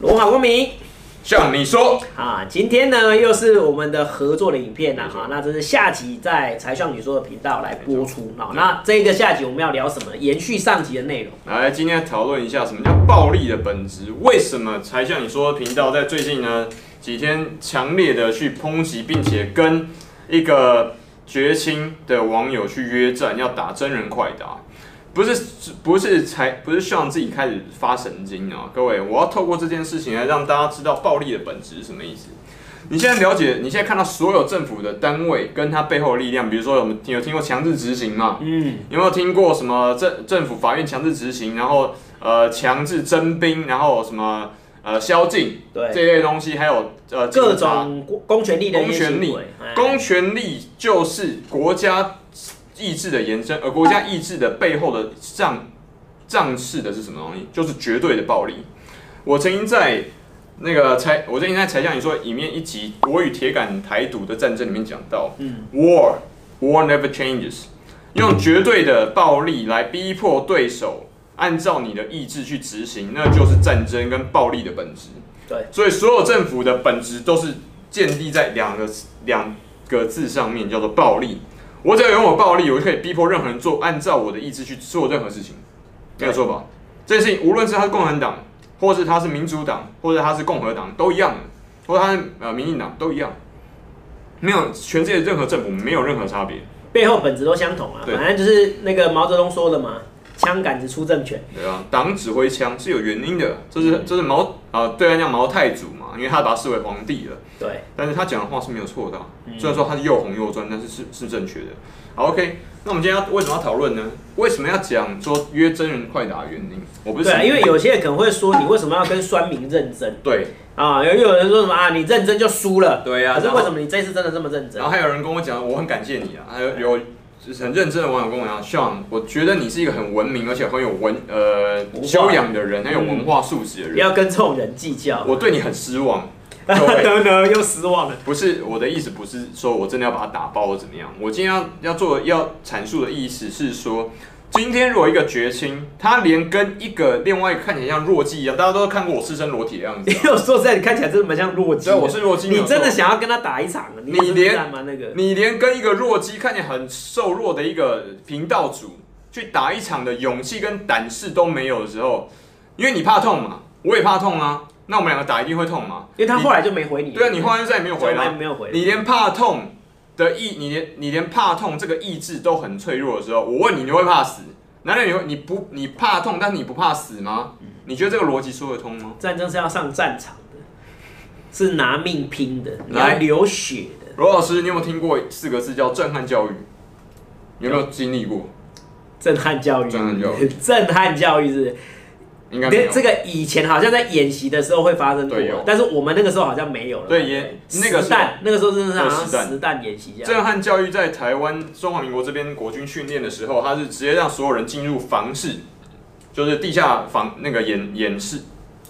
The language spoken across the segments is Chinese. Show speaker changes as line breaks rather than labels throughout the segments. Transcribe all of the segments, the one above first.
罗马公民
像你说，
啊，今天呢又是我们的合作的影片啦，哈，那这是下集在才像你说的频道来播出啊。那这个下集我们要聊什么？延续上集的内容。
来今天讨论一下什么叫暴力的本质，为什么才像你说的频道在最近呢几天强烈的去抨击，并且跟一个绝情的网友去约战，要打真人快打。不是不是才不是像自己开始发神经啊！各位，我要透过这件事情来让大家知道暴力的本质是什么意思。你现在了解，你现在看到所有政府的单位跟它背后的力量，比如说我们有听过强制执行嘛？
嗯，
有没有听过什么政政府法院强制执行，然后呃强制征兵，然后什么呃宵禁这
对，
一类东西，还有呃
各
警察
种公公权力的一些
公权力
行为哎
公权力就是国家意志的延伸，而国家意志的背后的仗仗势的是什么东西？就是绝对的暴力。我曾经在那个才，我曾经在才向你说里面一集《我与铁杆台独的战争》里面讲到，
嗯
，war war never changes，用绝对的暴力来逼迫对手按照你的意志去执行，那就是战争跟暴力的本质。
对，
所以所有政府的本质都是建立在两个两个字上面，叫做暴力。我只要拥有暴力，我就可以逼迫任何人做按照我的意志去做任何事情，没有错吧？这件事情无论是他是共产党，或是他是民主党，或者他是共和党，都一样的，或者他是呃民进党都一样，没有全世界任何政府没有任何差别，
背后本质都相同啊。
对
反正就是那个毛泽东说的嘛，枪杆子出政权。
对吧？党指挥枪是有原因的，这是这是毛啊、对岸叫毛太祖嘛，因为他把他视为皇帝了。
对，
但是他讲的话是没有错的啊、
嗯
虽然说他是又红又专，但是是是正确的。好，OK，那我们今天要为什么要讨论呢？为什么要讲说约真人快打的原因？我不是
对啊，
神
因为有些人可能会说，你为什么要跟酸民认真
对
啊？有有人说什么啊，你认真就输了。
对呀、
可是
然
为什
后啊
么你这次真的这么认真
然？后还有人跟我讲，我很感谢你啊，还有有很认真的网友跟我讲，Sean，我觉得你是一个很文明而且很有文呃
文化
修养的人，很有文化素质的
不
人，
要跟这种人计较。
我对你很失望。各 位，
等等，又失望了。
不是我的意思，不是说我真的要把它打爆或怎么样。我今天要要做要阐述的意思是说，今天如果一个绝亲，他连跟一个另外一个看起来像弱鸡一样，大家都看过我赤身裸体的样子
因
啊、
为我说实在，你看起来真的蛮像弱鸡
对，
的。
我是弱鸡。没有
你真的
错
想要跟他打一场？
你
真的
连
干嘛那个？
你连跟一个弱鸡看起来很瘦弱的一个频道主去打一场的勇气跟胆识都没有的时候，因为你怕痛嘛，我也怕痛啊，那我们两个打一定会痛嘛。
因为他后来就没回你。
对啊，你后来再也没有回来
来，。没有回。
你连怕痛的意，你连你连怕痛这个意志都很脆弱的时候，我问你，你会怕死？难道你会你不你怕痛，但你不怕死吗？
嗯
你觉得这个逻辑说得通吗
战争是要上战场的，是拿命拼的，你
来
要流血的。
罗老师，你有没有听过四个字叫震撼教育？有没有经历过？
震撼教育，
震撼教育
震撼教育是不是
应该没
对
有。
这个以前好像在演习的时候会发生过
对有，
但是我们那个时候好像没有了。
对也那个
实弹，那个时候真的是好
对实弹
像实弹演习这样。
震撼教育在台湾中华民国这边国军训练的时候，他是直接让所有人进入房室，就是地下房那个掩掩室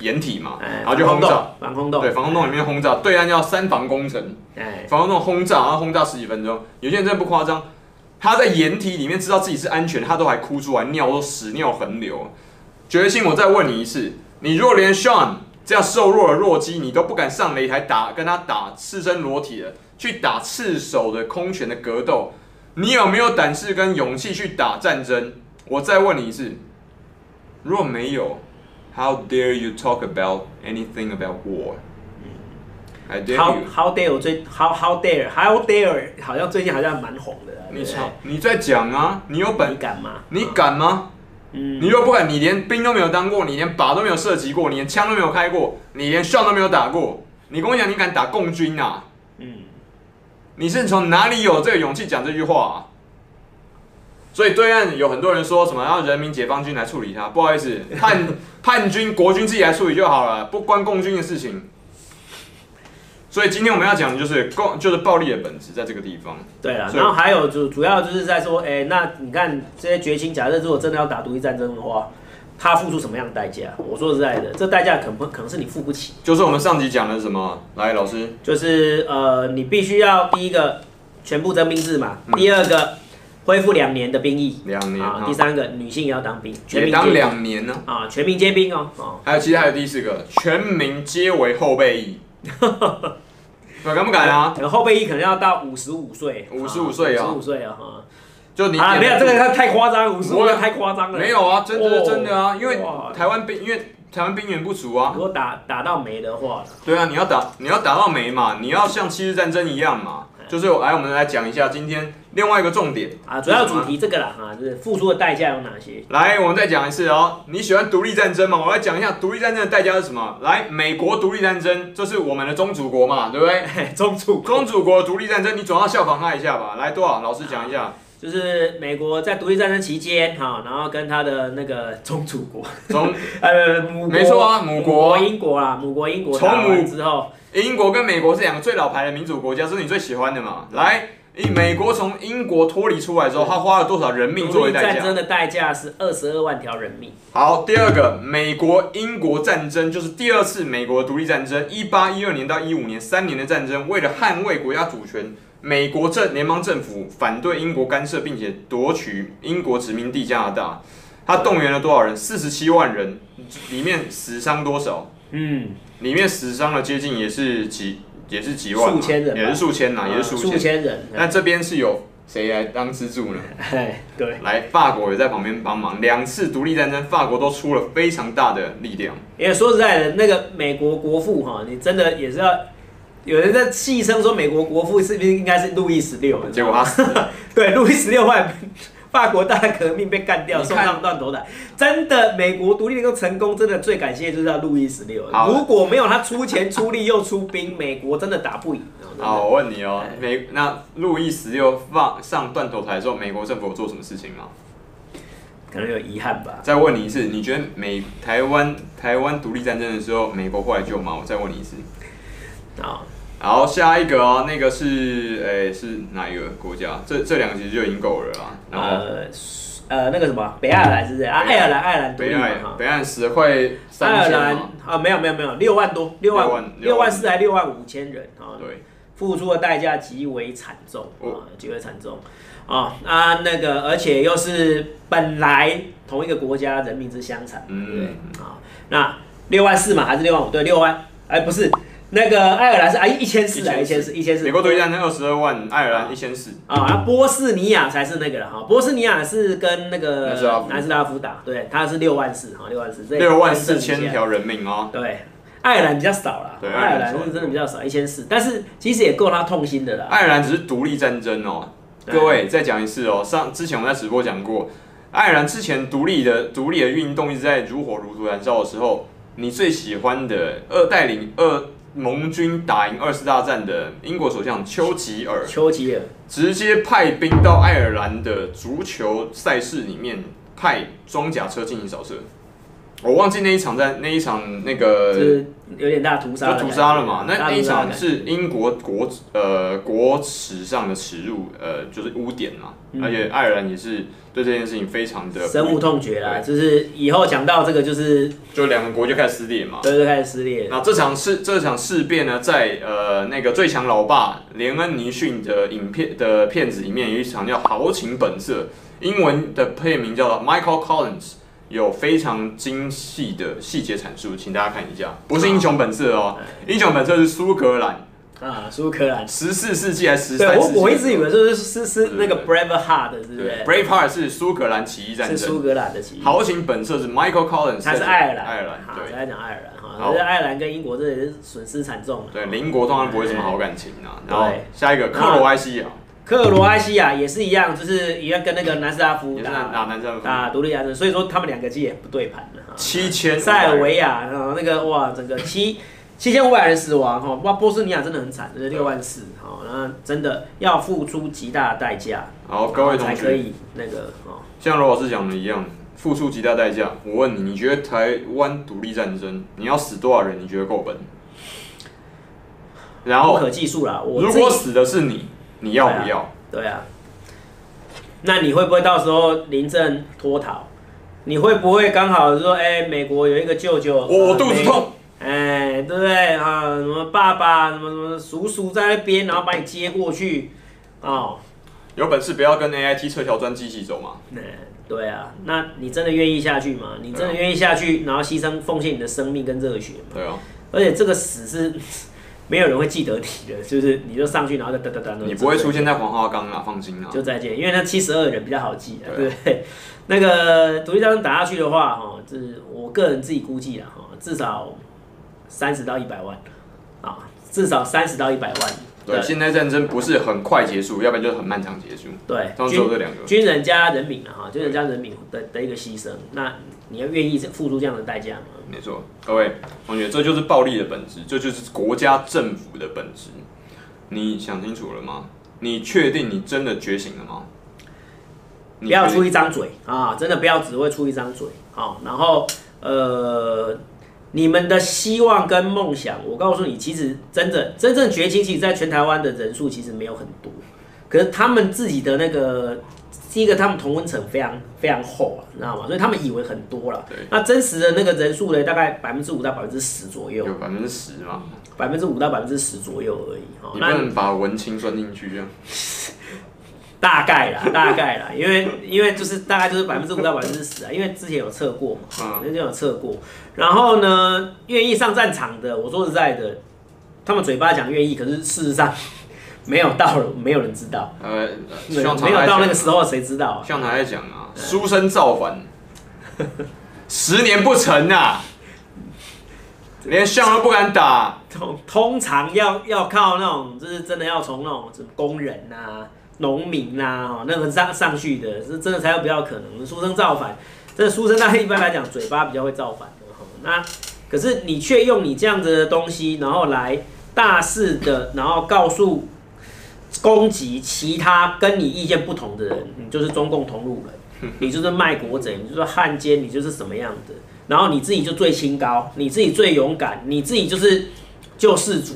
掩体嘛，
哎
然后就
防
轰
空
炸，
洞，防空洞，
对，防空洞里面轰炸，对岸要三防攻城。
哎，
反正那种轰炸，然后轰炸十几分钟，有些人真的不夸张，他在掩体里面知道自己是安全，他都还哭出来，尿都屎尿横流。决心，我再问你一次，你若连 Sean 这样瘦弱的弱鸡，你都不敢上擂台打，跟他打赤身裸体的，去打赤手的空拳的格斗，你有没有胆识跟勇气去打战争？我再问你一次，若没有，How dare you talk about anything about war? I dare
How
you.
How dare 我最 How How dare How dare 好像最近好像蛮红的啊，
你
对不对
操！你在讲啊！你有
你
本，
敢吗？
你敢吗？
嗯
你又不敢，你连兵都没有当过，你连靶都没有射击过，你连枪都没有开过，你连哨都没有打过。你跟我讲你敢打共军啊？
嗯，
你是从哪里有这个勇气讲这句话、啊？所以对岸有很多人说什么让人民解放军来处理他，不好 意思，叛叛军国军自己来处理就好了，不关共军的事情。所以今天我们要讲的就是共就是暴力的本质在这个地方。
对了，
所以
然后还有主主要就是在说，哎、那你看这些绝情，假设如果真的要打独立战争的话，他付出什么样的代价？我说实在的，这代价可能不可能是你付不起，
就是我们上集讲的什么？来，老师，嗯
就是呃，你必须要第一个全部征兵制嘛，第二个恢复两年的兵役，
两年
啊
哈。
第三个，女性也要当兵，全
也
民
当
皆
两年呢、
啊，全民皆兵哦，哦，
还有，其实还有第四个，全民皆为后 备役。我敢不敢啊？
可能后备役可能要到五十五岁，
55岁啊
五十五岁啊，哈
就你
啊，没有这个太太夸张，五十五
我
岁太夸张了，
没有啊，真
哦
的真的啊，因为
哇
台湾兵，因为台湾兵源不足啊
如。果打打到没的话，
对啊，你要打你要打到没嘛，你要像七日战争一样嘛。就是我来，我们来讲一下今天另外一个重点
啊，主要
是什
主
么
题这个啦，哈、就是付出的代价有哪些？
来，我们再讲一次哦。你喜欢独立战争吗？我来讲一下独立战争的代价是什么。来，美国独立战争，这是我们的宗主国嘛，对不对？
中处
宗主国独立战争，你总要效仿他一下吧。来，多少老师讲一下？
就是美国在独立战争期间，哈、然后跟他的那个宗主国，
从
呃，母国
没错啊母国
英国啦，母国英国
从
打完
母
之后，
英国跟美国是两个最老牌的民主国家，这是你最喜欢的嘛？来，美国从英国脱离出来之后，他花了多少人命作
独
为
立
代
战争
价？
的代价是二十二万条人命，
好，第二个，美国英国战争就是第二次美国独立战争，一八一二年到一五年三年的战争，为了捍卫国家主权，美国政联邦政府反对英国干涉，并且夺取英国殖民地加拿大。他动员了多少人？四十七万人，里面死伤多少？
嗯，
里面死伤了接近也是几也是几万嘛，
数千人吧
也是数千呐、也
啊
是数
数
千。
千人，
那这边是有谁来当支柱呢？
哎，对，
来，法国也在旁边帮忙。两次独立战争，法国都出了非常大的力 量。
因为说实在的，那个美国国父哈、你真的也是要。有人在戏称说，美国国父是不是应该是路易十六？
结果他死了，
对，路易十六换法国大革命被干掉，
你
送
看
上断头台。真的，美国独立能够成功，真的最感谢就是要路易十六。
好
如果没有他出钱出力又出兵，美国真的打不赢。真的
好，我问你
哎
哦，美那路易十六放上断头台之后，美国政府有做什么事情吗？
可能有遗憾吧。
再问你一次，你觉得美台湾台湾独立战争的时候，美国后来救吗？我再问你一次。
啊，
好，下一个哦，那个是诶、是哪一个国家？这这两个其实就已经够了啦。然后
呃呃，那个什么，北爱尔兰是不是？啊，爱
北爱
尔兰，爱尔兰独
北
立嘛
爱
哈。
北岸十会
爱
三
尔
千
兰
嘛，
啊，没有没有没有，六万多，六
六
万
万
六万四还六万五千人啊，
对。
付出的代价极为惨重
哦
啊，极为惨重啊啊！那个，而且又是本来同一个国家人民之相残，对
嗯
不对啊？那六万四嘛，还是六万五？对，六万，哎，不是那个爱尔兰是啊一千四啊，一千四，一千四，
美国独立战争二十二万，爱尔兰一千四，
啊，那波士尼亚才是那个了哈，波士尼亚是跟那个
南斯拉夫
南斯拉夫打，对，它是六万四哈，六万四，这也
六万
更
四
正一
千
下
条人命哦。
对，爱尔兰比较少啦，
对
爱尔
爱尔
兰
兰
是
少
真的比较少，一千四，但是其实也够他痛心的啦。
爱尔兰只是独立战争哦，
对
各位再讲一次哦。上之前我们在直播讲过，爱尔兰之前独立的独立的运动一直在如火如荼燃烧的时候，你最喜欢的二带领二盟军打赢二次大战的英国首相丘吉尔，
丘吉尔，
直接派兵到爱尔兰的足球赛事里面派装甲车进行扫射。我忘记那一场在那一场那
就
个
是有点大屠杀的感
就
觉，
屠杀了嘛，那
大
那
屠
一
杀的
场
感觉
是英国国呃国耻上的耻辱，呃就是污点嘛，
嗯
而且爱尔兰也是对这啊件事情非常的
深恶痛绝啦。就是以后讲到这个，就是
就两个国就开始撕裂嘛。
对对开始撕裂了。
那这场事这场事变呢，在呃那个最强老爸连恩尼逊的影片的片子里面有一场叫《豪情本色》，英文的片名叫做 Michael Collins，有非常精细的细节阐述，请大家看一下，不是《英雄本色》哦，《英雄本色》是苏格兰
啊，苏克兰，
十四世纪还是十
对
三世
我
纪？
我一直以为就是是是那个
对
Braveheart 是不
对
是？
，Braveheart 是苏格兰起义战
是苏
争，
格兰的旗。
《豪情本色》是 Michael Collins，
他是爱尔兰，
爱尔兰
好，
对。
再来讲爱尔兰哈，
好
可是爱尔兰跟英国这也是损失惨重啊。
对，邻国通常不会什么好感情啊。然后
对
下一个克罗埃西亚，
克罗埃西亚也是一样，就是一样跟那个南斯拉夫
也是
打
打南战分
打独立战争，所以说他们两个其实也不对盘的哈。
七千
塞尔维亚，然后那个哇，整个七七千五百人死亡哈，哇，波斯尼亚真的很惨，就是六万四哈，那真的要付出极大的代价，
好，各位同
才可
学，
以那个哦，
像罗老师讲的一样，付出极大代价。我问你，你觉得台湾独立战争你要死多少人？你觉得够本？然
不
后，
可计数啦。我
哦如
自己
果死的是你，你要不
对
要？
对啊，那你会不会到时候临阵脱逃？你会不会刚好说，哎、美国有一个舅舅，
我我
呃
肚子，痛，
美哎、对不对啊？什么爸爸，什么什么叔叔在那边，然后把你接过去，哦，
有本事不要跟 AIT 撤条专机一起走嘛。
嗯，对啊，那你真的愿意下去吗？你真
啊
的愿意下去，然后牺牲奉献你的生命跟热血吗？
对啊，
而且这个死是 没有人会记得你的，就是你就上去，然后就哒哒哒，
你不会出现在黄花岗啊啦，放心啦。
就再见，因为那七十二人比较好记啊，
对
对不对？那个独立战争打下去的话，哈，这我个人自己估计了啊哈，至少三十到一百万啊，至少三十到一百万。
对，现在战争不是很快结束，要不然就是很漫长结束。
对，
通常只有这两个。
军人加人民啊，哈，军人加人民的的一个牺牲，那你要愿意付出这样的代价吗？
没错，各位同学，这就是暴力的本质，这就是国家政府的本质。你想清楚了吗？你确定你真的觉醒了吗？
不要
你确
出
定
一张嘴啊！真的不要只会出一张嘴啊！然后呃，你们的希望跟梦想，我告诉你，其实真的真正崛起，其实在全台湾的人数其实没有很多，可是他们自己的那个。第一个，他们同温层非常非常厚啊，你知道吗？所以他们以为很多了
对。
那真实的那个人数呢，大概百分之五到百分之十左右，
有百分之十嘛？
百分之五到百分之十左右而已。哦
你，不
那
能把文青算进去啊！
大概啦， 大概啦，因为因为就是大概就是百分之五到百分之十啊，因为之前有测过嘛，
嗯
那就有测过。然后呢，愿意上战场的，我说实在的，他们嘴巴讲愿意，可是事实上没有到，没有人知道，
呃，
没
希
有
望
没有到那个时
候，
候，谁知道啊？
像他在讲啊，书生造反，十年不成啊，连相都不敢打。
通通常要要靠那种，就是真的要从那种什么工人呐、农民呐、哦，那个上上去的，是真的才有比较可能。书生造反，这书生他一般来讲嘴巴比较会造反的哈、哦那可是你却用你这样子的东西，然后来大肆的，然后告诉攻击其他跟你意见不同的人，你就是中共同路人，你就是卖国贼，你就是汉奸，你就是什么样的。然后你自己就最清高，你自己最勇敢，你自己就是救世主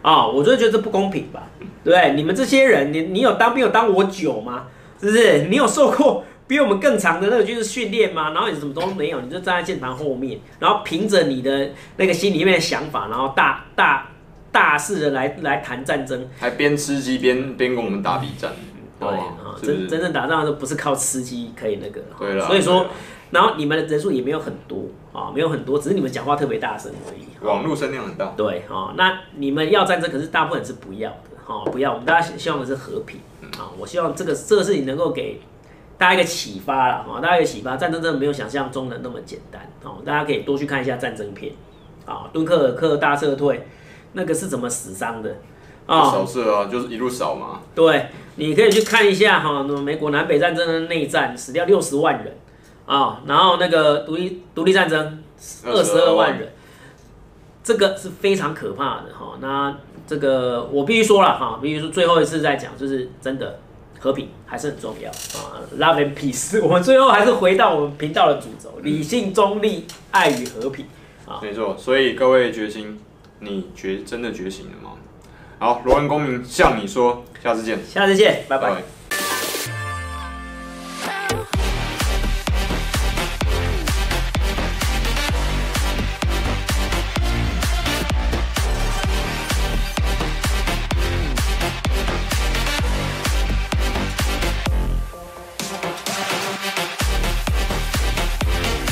啊、我就觉得这不公平吧，对不对？你们这些人，你你有当兵有当我久吗？是不是？你有受过比我们更长的那个就是训练吗？然后你什么都没有，你就站在键盘后面，然后凭着你的那个心里面的想法，然后大大大肆的来来谈战争，
还边吃鸡边边跟我们打比战，
对
好不
啊
好，哦是不
真
是？
真正打仗的时候不是靠吃鸡可以那个，
对了，
所以说
对，
然后你们的人数也没有很多啊，没有很多，只是你们讲话特别大声而已。
啦网络声量很大，
对，哦，那你们要战争，可是大部分人是不要的，哦，不要。我们大家希望的是和平，啊、我希望这个这个事情能够给大家一个启发啦，哦，大家一个启发，战争真的没有想象中的那么简单，哦，大家可以多去看一下战争片，啊、敦刻尔克大撤退，那个是怎么死伤的，啊、
就扫射啊，就是一路扫嘛。
对，你可以去看一下哈，那么美国南北战争的内战死掉六十万人啊、然后那个独立独立战争二十二万人，这个是非常可怕的哈、那这个我必须说了哈，必须说最后一次再讲，就是真的和平还是很重要啊，love and peace。我们 最后还是回到我们频道的主轴，理性、中立、爱与和平。啊
没错，所以各位决心，你觉真的觉醒了吗？好，罗恩公民向你说，下次见，
下次见，拜拜。
拜